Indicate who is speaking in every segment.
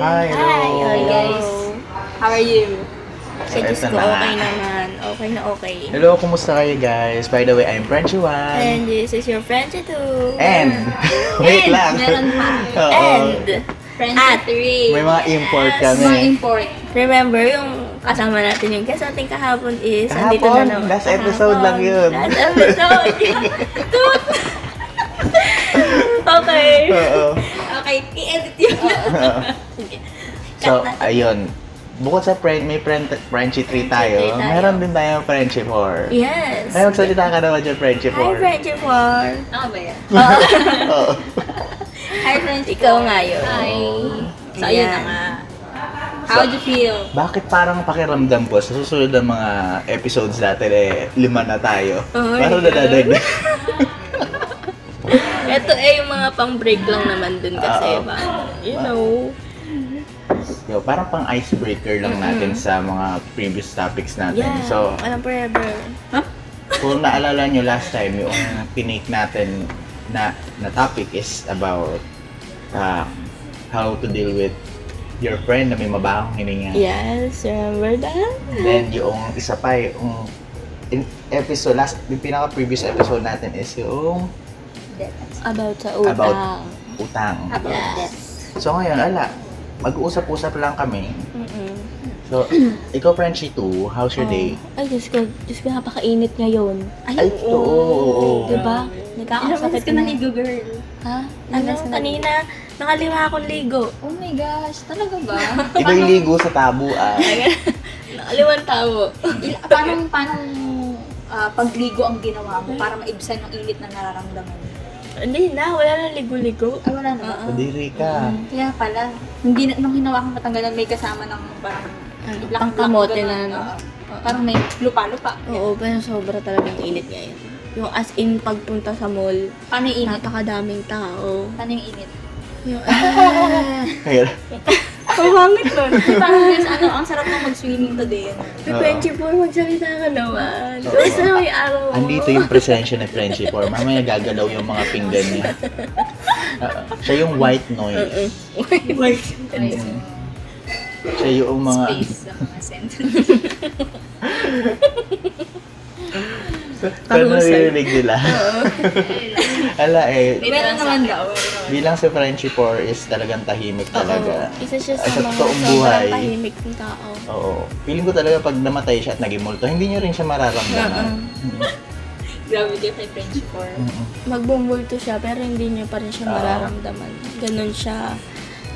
Speaker 1: Hi, hello.
Speaker 2: Hi guys.
Speaker 3: How are you?
Speaker 2: Sa Diyos ko, okay naman. Okay na okay.
Speaker 1: Hello, kumusta kayo guys? By the way, I'm French Juan.
Speaker 2: And this is your friend too.
Speaker 1: And, wait
Speaker 3: And,
Speaker 1: lang.
Speaker 3: meron pa.
Speaker 1: Oo.
Speaker 2: And,
Speaker 3: Friends
Speaker 2: At-
Speaker 3: at three.
Speaker 1: may mga import
Speaker 2: Yes,
Speaker 1: kami.
Speaker 3: Mga import.
Speaker 2: remember yung kasama natin yung guest natin kahapon is, andito na
Speaker 1: Kahapon?
Speaker 2: naman.
Speaker 1: Last episode lang yun.
Speaker 2: Last episode. Tut! okay.
Speaker 1: Oo.
Speaker 2: Okay, i-edit yun.
Speaker 3: Oh,
Speaker 1: So, ayun. Bukod sa friend, may friend, Frenchie 3 tayo.
Speaker 2: Frenchie tayo.
Speaker 1: Meron din tayong Frenchie 4.
Speaker 2: yes.
Speaker 1: Ay, magsalita ka naman dyan, Frenchie 4.
Speaker 2: Hi, Friendship War.
Speaker 3: Ako ba yan?
Speaker 1: Oo.
Speaker 3: Hi, friends.
Speaker 2: Ikaw nga yun.
Speaker 3: Hi. So,
Speaker 2: Ayan.
Speaker 3: ayun na nga. How do you feel?
Speaker 1: Bakit parang pakiramdam ko sa susunod ng mga episodes natin eh, lima na tayo.
Speaker 2: Oh,
Speaker 1: parang
Speaker 2: yeah.
Speaker 1: nadadagdag.
Speaker 2: Ito eh, yung mga pang-break lang naman dun kasi,
Speaker 1: Oo.
Speaker 2: ba? You know.
Speaker 1: Ah, Yo, parang pang icebreaker lang natin sa mga previous topics natin.
Speaker 2: Yeah.
Speaker 1: So,
Speaker 2: walang forever.
Speaker 1: Kung naalala nyo last time, yung pinake natin na, na topic is about uh, how to deal with your friend na may mabahong hininga.
Speaker 2: Yes, remember that?
Speaker 1: Then yung isa pa, yung in episode, last, yung pinaka-previous episode natin is yung
Speaker 2: About sa utang.
Speaker 1: About. utang.
Speaker 3: About
Speaker 2: Yes.
Speaker 1: So ngayon, ala, mag-uusap-usap lang kami.
Speaker 2: Mm-mm.
Speaker 1: So, ikaw, Frenchie 2, how's your day?
Speaker 2: Oh. Ay, Diyos ko. Diyos ko, napakainit ngayon.
Speaker 1: Ay, oo. oo, oo.
Speaker 2: Diba?
Speaker 3: Ilang beses
Speaker 2: Nagkakasakit
Speaker 3: ka na ligo, girl?
Speaker 2: Ha?
Speaker 3: Ilang
Speaker 2: Ano?
Speaker 3: beses ka
Speaker 2: Kanina, nakalima akong ligo.
Speaker 3: Oh my gosh, talaga ba?
Speaker 1: Iba yung ligo sa tabo, ah.
Speaker 2: Nakaliwan tao.
Speaker 3: Il- paano, paano ah, pagligo ang ginawa mo para maibsan yung init na nararamdaman mo?
Speaker 2: Hindi na, wala na ligo-ligo.
Speaker 3: Ay, Ah, wala na ba?
Speaker 2: Oo.
Speaker 1: Kadiri ka.
Speaker 3: Kaya pala, hindi, na- nung hinawa kong matanggalan, may kasama ng parang
Speaker 2: Ano,
Speaker 3: black-
Speaker 2: pangkamote
Speaker 3: black-
Speaker 2: na,
Speaker 3: ganun.
Speaker 2: ano?
Speaker 3: Oo. Parang may lupa-lupa.
Speaker 2: Oo, pero sobra talaga ng init ngayon. Yung as in pagpunta sa mall,
Speaker 3: Paano yung init?
Speaker 2: napakadaming tao.
Speaker 3: Paano yung init?
Speaker 2: Yung, ah,
Speaker 1: Ayun.
Speaker 2: pangit nun.
Speaker 3: Parang guys, ano, ang sarap na mag-swimming today. ano.
Speaker 2: May 24, magsalita ka naman.
Speaker 1: Oo.
Speaker 2: Kumusta na may araw mo?
Speaker 1: Andito yung presensya ni Frenchie for. Mamaya gagalaw yung mga pinggan niya. Oo. siya yung white noise.
Speaker 2: Wait.
Speaker 1: Mm. Siya yung mga...
Speaker 3: Space sa mga center.
Speaker 1: Pero naririnig nila. Ala eh,
Speaker 3: Meron naman daw.
Speaker 1: bilang si Frenchie for is talagang tahimik talaga.
Speaker 2: Isa siya
Speaker 1: Ay,
Speaker 2: sa
Speaker 1: sa
Speaker 2: mga
Speaker 1: totoong buhay.
Speaker 2: sobrang tahimik ng tao.
Speaker 1: Oo. Feeling ko talaga pag namatay siya at naging multo, hindi niyo rin siya mararamdaman.
Speaker 3: Grabe kayo kay French form.
Speaker 1: Mm-mm.
Speaker 2: Magbumulto siya, pero hindi niya pa rin siya
Speaker 1: Oo.
Speaker 2: mararamdaman. Ganon siya.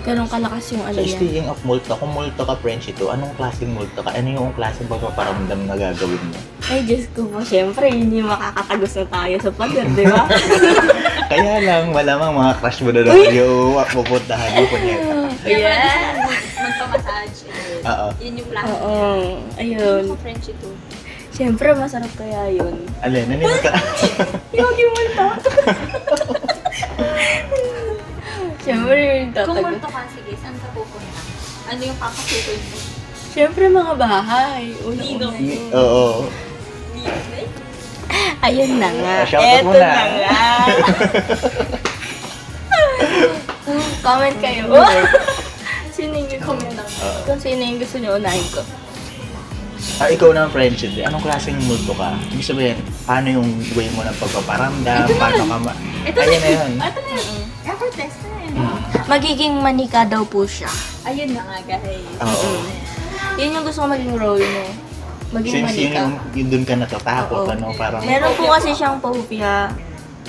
Speaker 2: Ganon kalakas yung ano
Speaker 1: So,
Speaker 2: niya.
Speaker 1: speaking of multo, kung multo ka, Frenchie to, anong klaseng multo ka? Ano yung klaseng pagpaparamdam na gagawin mo?
Speaker 2: Ay, Diyos ko po, syempre, hindi makakatagos na tayo sa pagod, di ba?
Speaker 1: Kaya lang, malamang mga crush mo na naman yung pupuntahan mo, punyeta.
Speaker 2: Yes!
Speaker 3: Magpamassage. eh.
Speaker 1: Oo.
Speaker 3: Yun yung plan.
Speaker 2: Oo, ayun.
Speaker 3: Yung French ito.
Speaker 2: Syempre, masarap kaya yun.
Speaker 1: Alin, ano yung ka-
Speaker 2: Yung yung multo. Siyempre, yung
Speaker 3: Kung
Speaker 2: tatagos.
Speaker 3: multo ka, sige, saan ka pupunta? Ano yung kakatukoy mo?
Speaker 2: Siyempre, mga bahay.
Speaker 3: Dino.
Speaker 2: Unang-una yun.
Speaker 1: Oo.
Speaker 2: Ayun na nga.
Speaker 1: Ah, shoutout
Speaker 2: Eto
Speaker 1: muna.
Speaker 2: na nga. Comment kayo. sino yung comment lang?
Speaker 1: Oo.
Speaker 2: Kung sino yung gusto nyo, unahin ko.
Speaker 1: Ah, ikaw na friendship. Anong klaseng multo ka? Ibig sabihin, paano yung way mo ng pagpaparamdam? Paano ka ma...
Speaker 3: Ito
Speaker 1: Ayan na yun.
Speaker 3: Ito na yun. Effort test na yun.
Speaker 1: Mm.
Speaker 2: Magiging manika daw po siya.
Speaker 3: Ayun na nga, guys.
Speaker 1: Oo.
Speaker 2: Yun yung gusto ko maging role mo. Maging
Speaker 1: Since yun
Speaker 2: manika.
Speaker 1: yung, yung dun ka natatakot,
Speaker 2: Oo.
Speaker 1: ano, parang...
Speaker 2: Meron po kasi siyang phobia.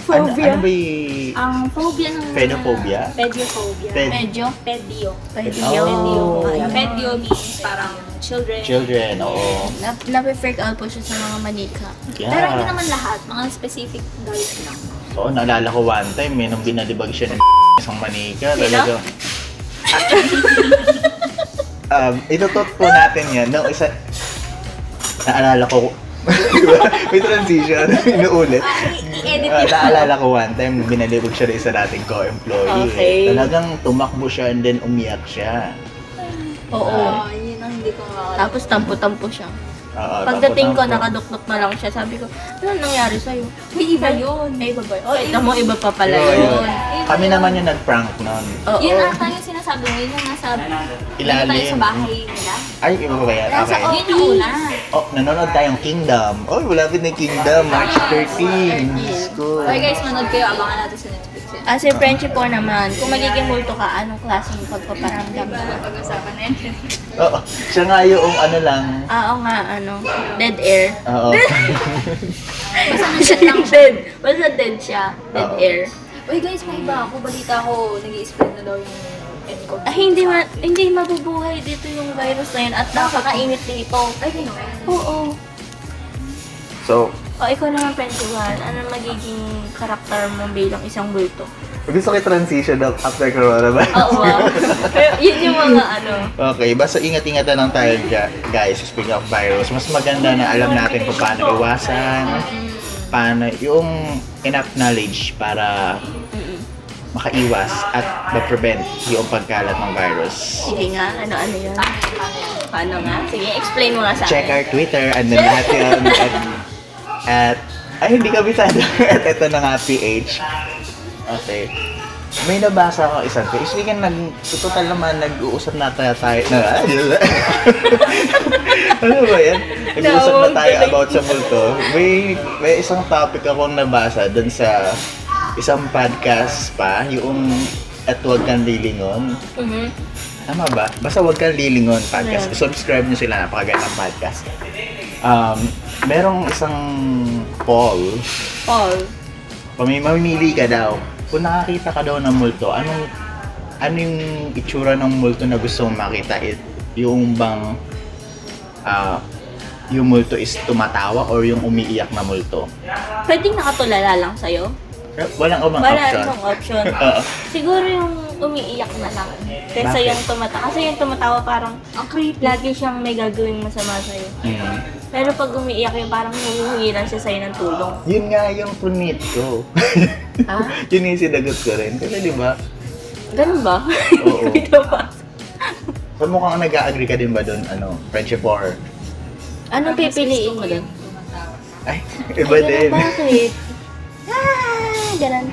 Speaker 1: Ano,
Speaker 2: Phobia?
Speaker 1: ano ba yung...
Speaker 3: Ang phobia ng...
Speaker 1: Pedophobia?
Speaker 3: Pedophobia.
Speaker 1: Ped-
Speaker 2: Medyo.
Speaker 3: Pedio.
Speaker 2: Pwede
Speaker 1: Oh.
Speaker 2: yun.
Speaker 1: Yeah.
Speaker 2: Ayun.
Speaker 3: Pedio means parang children.
Speaker 1: Children, oo.
Speaker 2: Nap nape-freak out po siya sa mga manika.
Speaker 1: Yeah.
Speaker 3: Pero hindi naman lahat, mga specific guys lang.
Speaker 1: Oo, Oh, naalala ko one time, may nung binalibag siya ng isang manika,
Speaker 2: Sino?
Speaker 1: talaga. Ah, um, itutot po natin yan. No, isa, naalala ko, diba? may transition, inuulit.
Speaker 3: I-edit
Speaker 1: Ah,
Speaker 3: yun.
Speaker 1: naalala ko one time, binalibag siya ng isa nating co-employee.
Speaker 2: Okay.
Speaker 1: Talagang tumakbo siya and then umiyak siya.
Speaker 2: Oo.
Speaker 3: Oo, yun ang hindi ko mawala.
Speaker 2: Tapos tampo-tampo siya.
Speaker 1: Oo,
Speaker 2: Pagdating ko,
Speaker 1: tapos ang-
Speaker 2: nakadukduk na lang siya. Sabi ko, ano nangyari sa'yo?
Speaker 3: May iba yun.
Speaker 2: Ay, iba ba? Oh, ito mo, iba pa pala
Speaker 1: Oo,
Speaker 2: yun.
Speaker 1: yun. Kami naman yung nag-prank nun.
Speaker 2: Oo.
Speaker 3: Yun ata yung sinasabi mo, yun yung nasa
Speaker 1: Ilalim.
Speaker 3: tayo sa bahay nila.
Speaker 1: Ay, iba ba yan?
Speaker 3: Nasa
Speaker 1: Okay.
Speaker 3: okay. yun yung una.
Speaker 1: Oh, nanonood tayong Kingdom. Oh, malapit na yung Kingdom. March 13. Diyos ko.
Speaker 3: Okay guys, manood kayo, abangan natin sa Netflix yun.
Speaker 2: As a friendship ah, po naman, kung magiging multo ka, anong klaseng pagpaparamdam mo?
Speaker 3: Pag-usapan na yun.
Speaker 1: Oo, siya nga yung ano lang.
Speaker 2: Ah, oo nga, ano, dead air.
Speaker 1: Oo.
Speaker 3: Basta
Speaker 2: siya
Speaker 3: nandiyan lang.
Speaker 2: yung dead. Basta dead siya. Dead
Speaker 1: Oo.
Speaker 2: air.
Speaker 3: Uy guys, may iba ako. Balita ko, nag explain na daw yung encode.
Speaker 2: Ah, hindi ma hindi mabubuhay dito yung virus na yun at nakakainit dito.
Speaker 3: Ay, ganun.
Speaker 2: Oo.
Speaker 1: So,
Speaker 2: O, ikaw naman, Pentuhan, ano magiging karakter mo bilang isang bulto?
Speaker 1: gusto ko transition up after Corona ba?
Speaker 2: Oo, wow. Pero yun yung mga ano.
Speaker 1: Okay, basta ingat-ingatan lang tayo dya- guys. Speaking of virus, mas maganda na alam natin kung paano iwasan, paano yung enough knowledge para
Speaker 2: Mm-mm.
Speaker 1: makaiwas at ma-prevent yung pagkalat ng virus.
Speaker 2: Sige nga, ano-ano yun?
Speaker 3: Paano yun, paano yun?
Speaker 2: Paano nga? Sige, explain mo nga sa
Speaker 1: Check
Speaker 2: akin.
Speaker 1: our Twitter, andun lahat yun. At, at ay, hindi kami sana. At ito na nga, PH. Okay. May nabasa ako isang page. Speaking nag, total naman, nag-uusap na tayo tayo. Na, ano ba yan? Nag-uusap na tayo about sa multo. May, may isang topic akong nabasa dun sa isang podcast pa, yung at huwag kang lilingon.
Speaker 2: Mhm.
Speaker 1: Tama ba? Basta huwag kang lilingon podcast.
Speaker 2: Yeah.
Speaker 1: Subscribe nyo sila, napakagandang podcast. Um, merong isang poll.
Speaker 2: Paul.
Speaker 1: Kung may mamimili ka daw, kung nakakita ka daw ng multo, anong, ano yung itsura ng multo na gusto mong makita? It, yung bang ah, yung multo is tumatawa or yung umiiyak na multo?
Speaker 2: Pwedeng nakatulala lang sa'yo?
Speaker 1: Walang umang
Speaker 2: Wala
Speaker 1: option.
Speaker 2: ibang option.
Speaker 1: Oo.
Speaker 2: Siguro yung umiiyak na lang. Kesa
Speaker 1: Bakit?
Speaker 2: yung tumatawa. Kasi yung tumatawa parang ang creep. Lagi siyang may gagawing masama sa'yo.
Speaker 1: Mm.
Speaker 2: Pero pag umiiyak yun, parang humihingi lang siya sa'yo ng tulong.
Speaker 1: Yun nga yung punit ko.
Speaker 2: Ah?
Speaker 1: yun yung sinagot ko rin. Kasi di ba,
Speaker 2: Ganun ba?
Speaker 1: Oo.
Speaker 2: May tawa.
Speaker 1: So mukhang nag-agree ka din ba doon, ano, friendship or...
Speaker 2: Anong pipiliin mo doon?
Speaker 1: Ay, iba din.
Speaker 2: Bakit? Ah, ganun.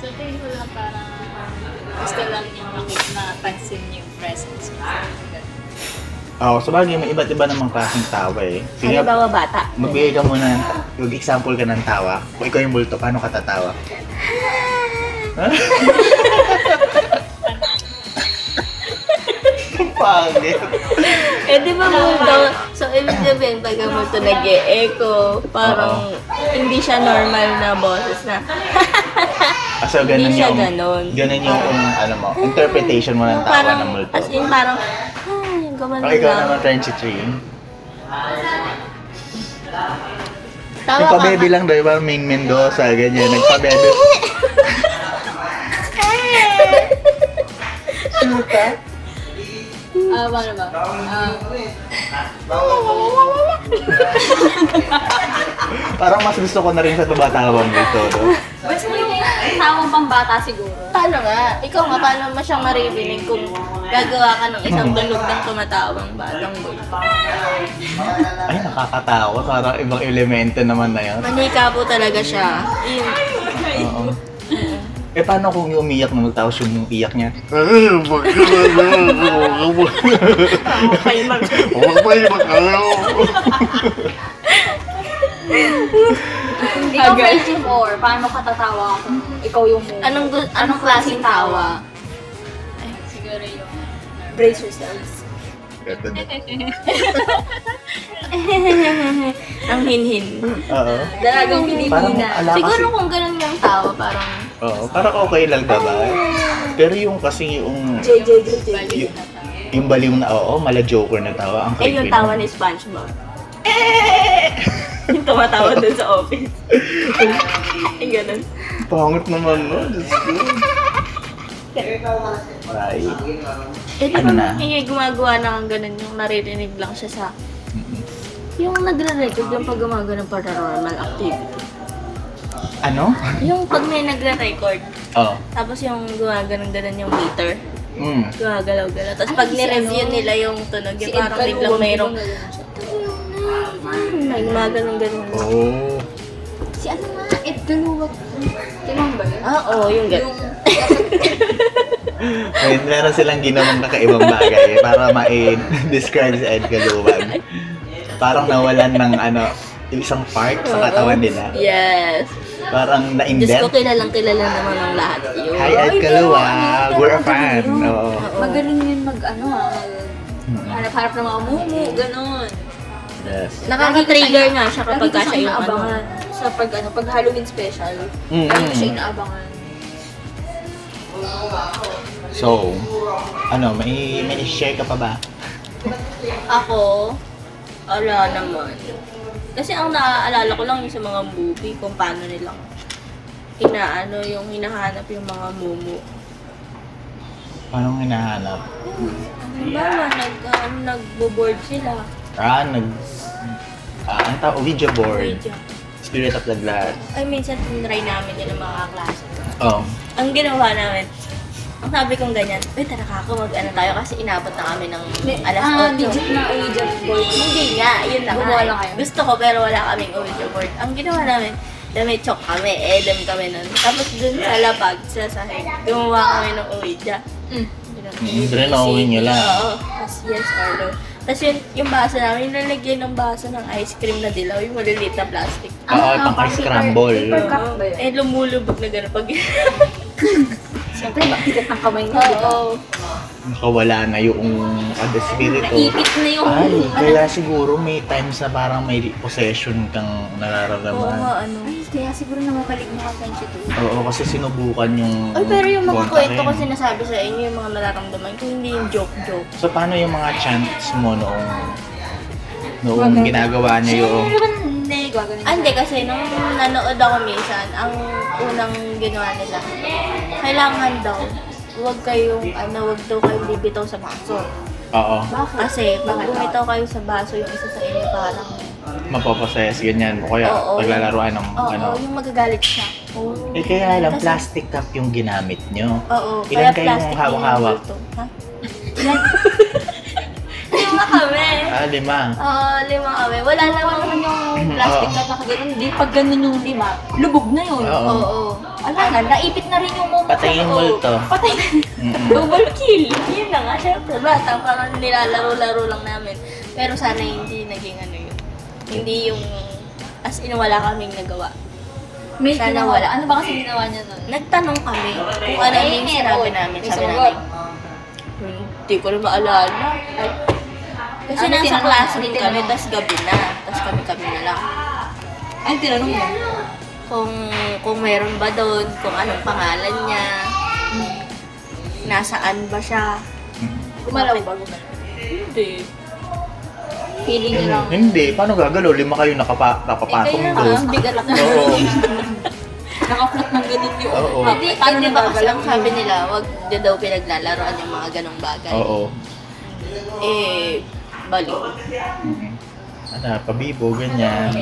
Speaker 3: Sa tingin ko lang parang gusto lang niya makita na pansin yung presence niya.
Speaker 1: Oo, Oh, sa bagay, may iba't iba namang klaseng tawa eh. Sige,
Speaker 2: Halimbawa bata.
Speaker 1: magbigay ka muna, ng- mag-example ka ng tawa. Kung ikaw yung multo, paano ka tatawa? Ang pangit.
Speaker 2: Eh, di ba multo? So, ibig sabihin, pag ang multo nag-e-echo, parang hindi siya normal na boses na.
Speaker 1: Ah, So, ganun
Speaker 2: Hindi siya
Speaker 1: yung,
Speaker 2: ganun. Ah.
Speaker 1: ganun yung, um, ano mo, interpretation mo ng tawa
Speaker 2: parang,
Speaker 1: ng multo.
Speaker 2: as in, parang, ah, yung gumano
Speaker 1: Okay, ikaw naman,
Speaker 2: lang.
Speaker 1: Frenchie Tree.
Speaker 2: Tawa
Speaker 1: Yung
Speaker 2: ka.
Speaker 1: pabebe lang daw, iba, main Mendoza, ganyan, nagpabebe. Suta.
Speaker 3: Ah, paano ba? Ah,
Speaker 1: Parang mas gusto ko na rin sa tumatawang dito. No?
Speaker 3: basta yung tawang pang bata siguro.
Speaker 2: Paano nga? Ikaw nga, paano mo siyang maririnig kung gagawa ka ng isang tunog ng tumatawang batang boy?
Speaker 1: Ay, nakakatawa. Parang ibang elemento naman na yan.
Speaker 2: Manika po talaga siya. Yung,
Speaker 1: Oo. Eh, paano kung yung umiyak na tapos yung iyak niya?
Speaker 2: tao kayo mag...
Speaker 3: Ikaw,
Speaker 2: Agad.
Speaker 3: friendship or paano ka tatawa kung ikaw yung mo?
Speaker 2: Anong, gu- anong klaseng tawa?
Speaker 3: Siguro yung brace yourselves.
Speaker 1: Ito na.
Speaker 2: Ang hinhin.
Speaker 1: Oo.
Speaker 3: Dalagang
Speaker 1: Parang
Speaker 3: Pilipina.
Speaker 1: ala kasi.
Speaker 2: Siguro kung ganun yung tawa, parang...
Speaker 1: Oo, parang okay lang ba ba? Pero yung kasi yung...
Speaker 3: JJJ.
Speaker 1: Yung, yung baliw na oo, mala joker na tawa. Ang
Speaker 2: Eh,
Speaker 1: creepy
Speaker 2: yung tawa ni
Speaker 1: nun.
Speaker 2: Spongebob. yung tumatawa dun sa office. yung ganun.
Speaker 1: Pangit naman, no? Diyos ko. Right.
Speaker 2: Eh, di ba
Speaker 1: Ano na?
Speaker 2: may gumagawa na kang ganun, yung naririnig lang siya sa...
Speaker 1: Mm-mm.
Speaker 2: Yung nagre-record yung pag gumagawa ng paranormal activity.
Speaker 1: Ano?
Speaker 2: Yung pag may nagre-record,
Speaker 1: Oo.
Speaker 2: tapos yung gumagano'n-ganon yung meter,
Speaker 1: Mm.
Speaker 2: gumagalaw-galaw. Tapos pag
Speaker 3: Ay, si
Speaker 2: ni-review
Speaker 3: ano?
Speaker 2: nila yung tunog,
Speaker 3: Si
Speaker 2: yung
Speaker 3: Ed
Speaker 2: parang
Speaker 3: Calhoun,
Speaker 2: biglang mayroong...
Speaker 3: ganun siya.
Speaker 2: "Tunog na, May mga ganun-ganun.
Speaker 1: Oh.
Speaker 3: Si ano nga, Edgar Luwag. Kailan ba yun?
Speaker 2: Ah, oo, yung ganun.
Speaker 1: May, meron silang ginawang kakaibang bagay eh, para ma-describe si Edgar Luwag. Parang nawalan ng ano, yung isang part sa katawan nila.
Speaker 2: Yes. Diyos
Speaker 1: Parang
Speaker 2: ko,
Speaker 1: na-invent.
Speaker 2: kilalang kilala naman ng lahat yun.
Speaker 1: Hi, Edgar Luwag. We're a fan. Oo.
Speaker 3: Magaling yun mag ano ah.
Speaker 1: Mm.
Speaker 3: Hanap-harap ng mga mumu, ganun.
Speaker 1: Yes.
Speaker 2: Nakaka-trigger nga siya kapag
Speaker 3: Lagi ko
Speaker 2: siya yung ano.
Speaker 3: inaabangan. Sa pag ano, pag Halloween special,
Speaker 1: Mm,
Speaker 2: Hmm.
Speaker 3: lagi ko siya
Speaker 1: mm.
Speaker 3: inaabangan.
Speaker 1: So, ano, may, may share ka pa ba?
Speaker 2: Ako, ala naman. Kasi ang naaalala ko lang yung sa mga movie, kung paano nilang inaano yung hinahanap yung mga mumu.
Speaker 1: Anong hinahanap?
Speaker 2: Halimbawa, Ano nag, um, nagbo-board sila.
Speaker 1: Ah, nag... Ah, ang tao, Ouija board.
Speaker 2: Video.
Speaker 1: Spirit of the Glass.
Speaker 2: Ay, minsan tinry namin yun ng mga klase.
Speaker 1: Oh.
Speaker 2: Ang ginawa namin, ang sabi kong ganyan, uy, tara ka ako, mag-ano tayo kasi inabot na kami ng alas
Speaker 3: ah,
Speaker 2: 8.
Speaker 3: legit na Ouija board.
Speaker 2: Hindi nga, yun na
Speaker 3: Gumawa
Speaker 2: nga. eh.
Speaker 3: lang kayo?
Speaker 2: Gusto ko pero wala kaming Ouija board. Ang ginawa namin, dami chok kami, edem kami nun. Tapos dun sa labag, sa sahig, gumawa kami ng Ouija.
Speaker 3: Mm.
Speaker 1: Mm, drinawin nyo lang.
Speaker 2: Oo, tapos yes or no. Tapos yun, yung baso namin, yung nalagyan ng baso ng ice cream na dilaw, yung maliliit na plastic.
Speaker 1: Oo,
Speaker 3: Ah,
Speaker 1: pang
Speaker 3: paper-
Speaker 1: scramble.
Speaker 3: paper cup ba yun?
Speaker 2: Eh, lumulubog na gano'n pag...
Speaker 3: Siyempre, makikat ang kamay niya, di ba?
Speaker 2: Oo.
Speaker 1: Nakawala na yung ah, kada spirito.
Speaker 3: Naipit na yung...
Speaker 1: Ay,
Speaker 3: Ano?
Speaker 1: kaya siguro may time sa parang may possession kang
Speaker 2: Oo nga,
Speaker 1: nararamdaman.
Speaker 2: ano.
Speaker 3: Ay, kaya siguro namakalig mo ka friendship to.
Speaker 1: Oo, kasi sinubukan yung...
Speaker 2: Ay, pero yung mga
Speaker 1: kontak
Speaker 2: kwento
Speaker 1: eh.
Speaker 2: ko sinasabi sa inyo, yung mga nararamdaman ko, hindi yung joke-joke.
Speaker 1: So, paano yung mga chants mo noong... Noong
Speaker 3: Wala.
Speaker 1: ginagawa niya yung...
Speaker 3: Siyempre, ano, hindi. Gagawin
Speaker 2: Ah, hindi kasi nung nanood ako minsan, ang unang ginawa nila, kailangan daw, huwag kayong, ano, huwag daw kayong bibitaw sa baso.
Speaker 1: Oo,
Speaker 2: Kasi pag
Speaker 3: Bakit?
Speaker 2: bumitaw kayo sa baso, yung isa sa inyo parang,
Speaker 1: mapopossess, ganyan. O kaya
Speaker 2: Oo.
Speaker 1: paglalaruan ng
Speaker 2: oo,
Speaker 1: ano.
Speaker 2: yung magagalit siya. Oo,
Speaker 1: Eh, kaya alam,
Speaker 2: Kasi-
Speaker 1: plastic cup yung ginamit nyo.
Speaker 2: oo.
Speaker 1: Ilan
Speaker 2: kaya
Speaker 1: kayo
Speaker 2: plastic
Speaker 1: yung hawak-hawak?
Speaker 2: yung bulto. Ha? Ilan? lima kami.
Speaker 1: Ah, lima.
Speaker 2: Oo, lima kami. Wala namang
Speaker 3: yung plastic
Speaker 1: Oo.
Speaker 3: na nakaganon. Hindi, pag ganun yung lima, lubog na yun.
Speaker 1: Oo.
Speaker 2: Ah. Oo.
Speaker 3: Wala na, naipit na rin yung moment.
Speaker 1: Patayin mo
Speaker 2: Oo.
Speaker 1: ito. Mm.
Speaker 3: Patay na.
Speaker 1: Mm-mm.
Speaker 2: Double kill. Yun na nga, syempre. Bata, parang nilalaro-laro lang namin. Pero sana hindi naging ano yun. Hindi yung, as in, wala kaming nagawa.
Speaker 3: May
Speaker 2: Sana
Speaker 3: ginawa.
Speaker 2: wala.
Speaker 3: Ano ba kasi ginawa niya nun?
Speaker 2: Nagtanong kami kung ano yung sinabi namin.
Speaker 3: May
Speaker 2: Sabi
Speaker 3: sagot.
Speaker 2: namin, hindi ko na maalala. Kasi
Speaker 3: Ano
Speaker 2: nasa
Speaker 3: tinanong?
Speaker 2: classroom
Speaker 3: Ano
Speaker 2: kami,
Speaker 3: tinanong?
Speaker 2: tas gabi na. Tas kami-kami na lang.
Speaker 3: Ay, tinanong mo.
Speaker 2: Kung, kung meron ba doon, kung anong pangalan niya, nasaan ba siya.
Speaker 3: Gumalaw ba? Gumalaw.
Speaker 2: Hindi.
Speaker 3: Feeling niya lang.
Speaker 1: Hindi, paano gagalaw? Lima kayo
Speaker 2: Eh,
Speaker 1: nakapa, nakapatong
Speaker 2: kaya
Speaker 1: doon.
Speaker 2: nga, bigat na.
Speaker 1: Oo.
Speaker 3: Naka-flat ng ganun yung... Ah,
Speaker 1: Oo.
Speaker 2: Hindi,
Speaker 3: Paano
Speaker 2: hindi ba kasi
Speaker 3: nagagalaw?
Speaker 2: ang sabi nila, wag niya daw pinaglalaroan yung mga ganong bagay.
Speaker 1: Oo.
Speaker 2: Eh, bali.
Speaker 1: Mm-mm. Ano, pabibo, ganyan.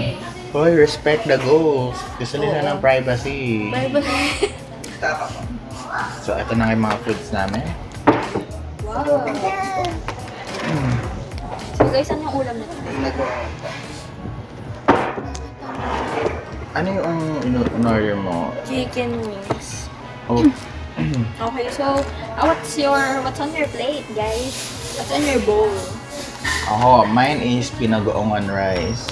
Speaker 1: Hoy, respect the ghost. Gusto nila
Speaker 2: Oo.
Speaker 1: ng privacy.
Speaker 2: Bali ba?
Speaker 1: So, ito na nga yung mga foods namin.
Speaker 3: Wow. So guys, ano yung ulam nito?
Speaker 1: Ano yung in-order mo?
Speaker 2: Chicken wings.
Speaker 1: Oh,
Speaker 3: Okay, so ah, what's your what's on your plate, guys? What's on your bowl?
Speaker 1: ako, mine is pinagoongan rice.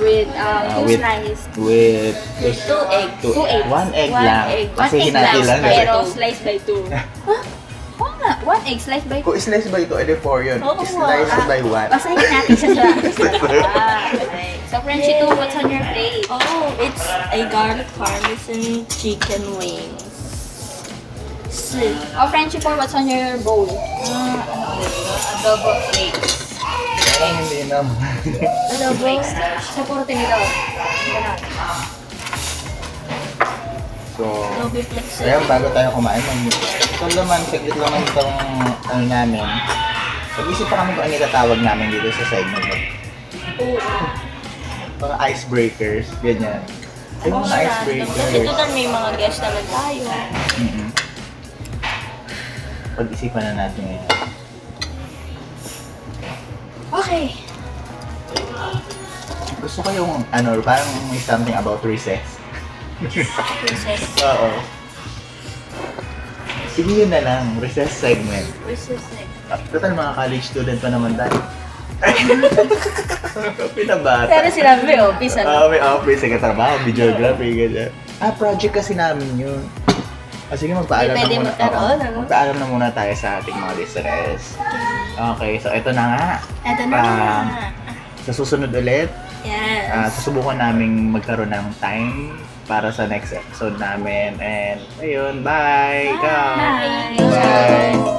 Speaker 3: With um,
Speaker 1: Ah,
Speaker 3: two
Speaker 1: with-
Speaker 3: slices.
Speaker 1: With
Speaker 2: With two eggs.
Speaker 1: two,
Speaker 3: Two eggs.
Speaker 1: One egg
Speaker 2: One
Speaker 1: lang.
Speaker 2: egg.
Speaker 1: Kasi
Speaker 3: One egg
Speaker 1: hinati
Speaker 2: lang,
Speaker 1: lang.
Speaker 2: pero-
Speaker 1: eh.
Speaker 3: Pero slice by two. Huh? Oo nga, one egg slice by two.
Speaker 1: Kung slice by 2, edi 4 yun.
Speaker 2: Oo,
Speaker 1: slice
Speaker 2: ah.
Speaker 1: by 1.
Speaker 3: Basahin natin siya sa Ah, okay. So Frenchie 2, what's on your plate?
Speaker 2: Oh, it's a garlic parmesan chicken wings. Si-
Speaker 3: Oh, Frenchie 4, what's on your bowl? Ah, ano? Adobo eggs.
Speaker 1: Parang hindi naman.
Speaker 3: Adobo eggs. So puro tinilaw. Ganun.
Speaker 1: so,
Speaker 2: No beef flexi.
Speaker 1: ayan, bago tayo kumain, mag... So naman, saglit lang naman itong ano namin. Nag-isip pa kami kung ano itatawag namin dito sa segment. na to.
Speaker 2: Oo.
Speaker 1: Mga icebreakers, ganyan. Ay,
Speaker 2: Oo, random.
Speaker 1: mga
Speaker 2: Kasi
Speaker 1: icebreakers.
Speaker 2: total may mga guest naman tayo.
Speaker 1: Mm-mm. Mm-hmm. Pag-isipan na natin ngayon.
Speaker 3: Okay.
Speaker 1: gusto ko yung, ano, parang may something about recess.
Speaker 2: Recess.
Speaker 1: Oo. Sige yun na lang, recess segment.
Speaker 2: Recess eh.
Speaker 1: Ah, Total mga college student pa naman tayo. Pinabata.
Speaker 2: Pero sinabi may office, ano?
Speaker 1: Ah, may office, may katrabaho, videography, ganyan. Ah, project kasi namin yun. Ah, sige, magpaalam
Speaker 2: Hindi
Speaker 1: na
Speaker 2: pwede
Speaker 1: muna.
Speaker 2: magkaroon, ano?
Speaker 1: Magpaalam na muna tayo sa ating mga listeners. Okay, so ito na nga.
Speaker 2: Eto na.
Speaker 1: Ah. Sa susunod ulit,
Speaker 2: Yes.
Speaker 1: ah, susubukan naming magkaroon ng time para sa next episode namin. And ayun, bye! Ikaw.
Speaker 2: Bye.
Speaker 1: Bye.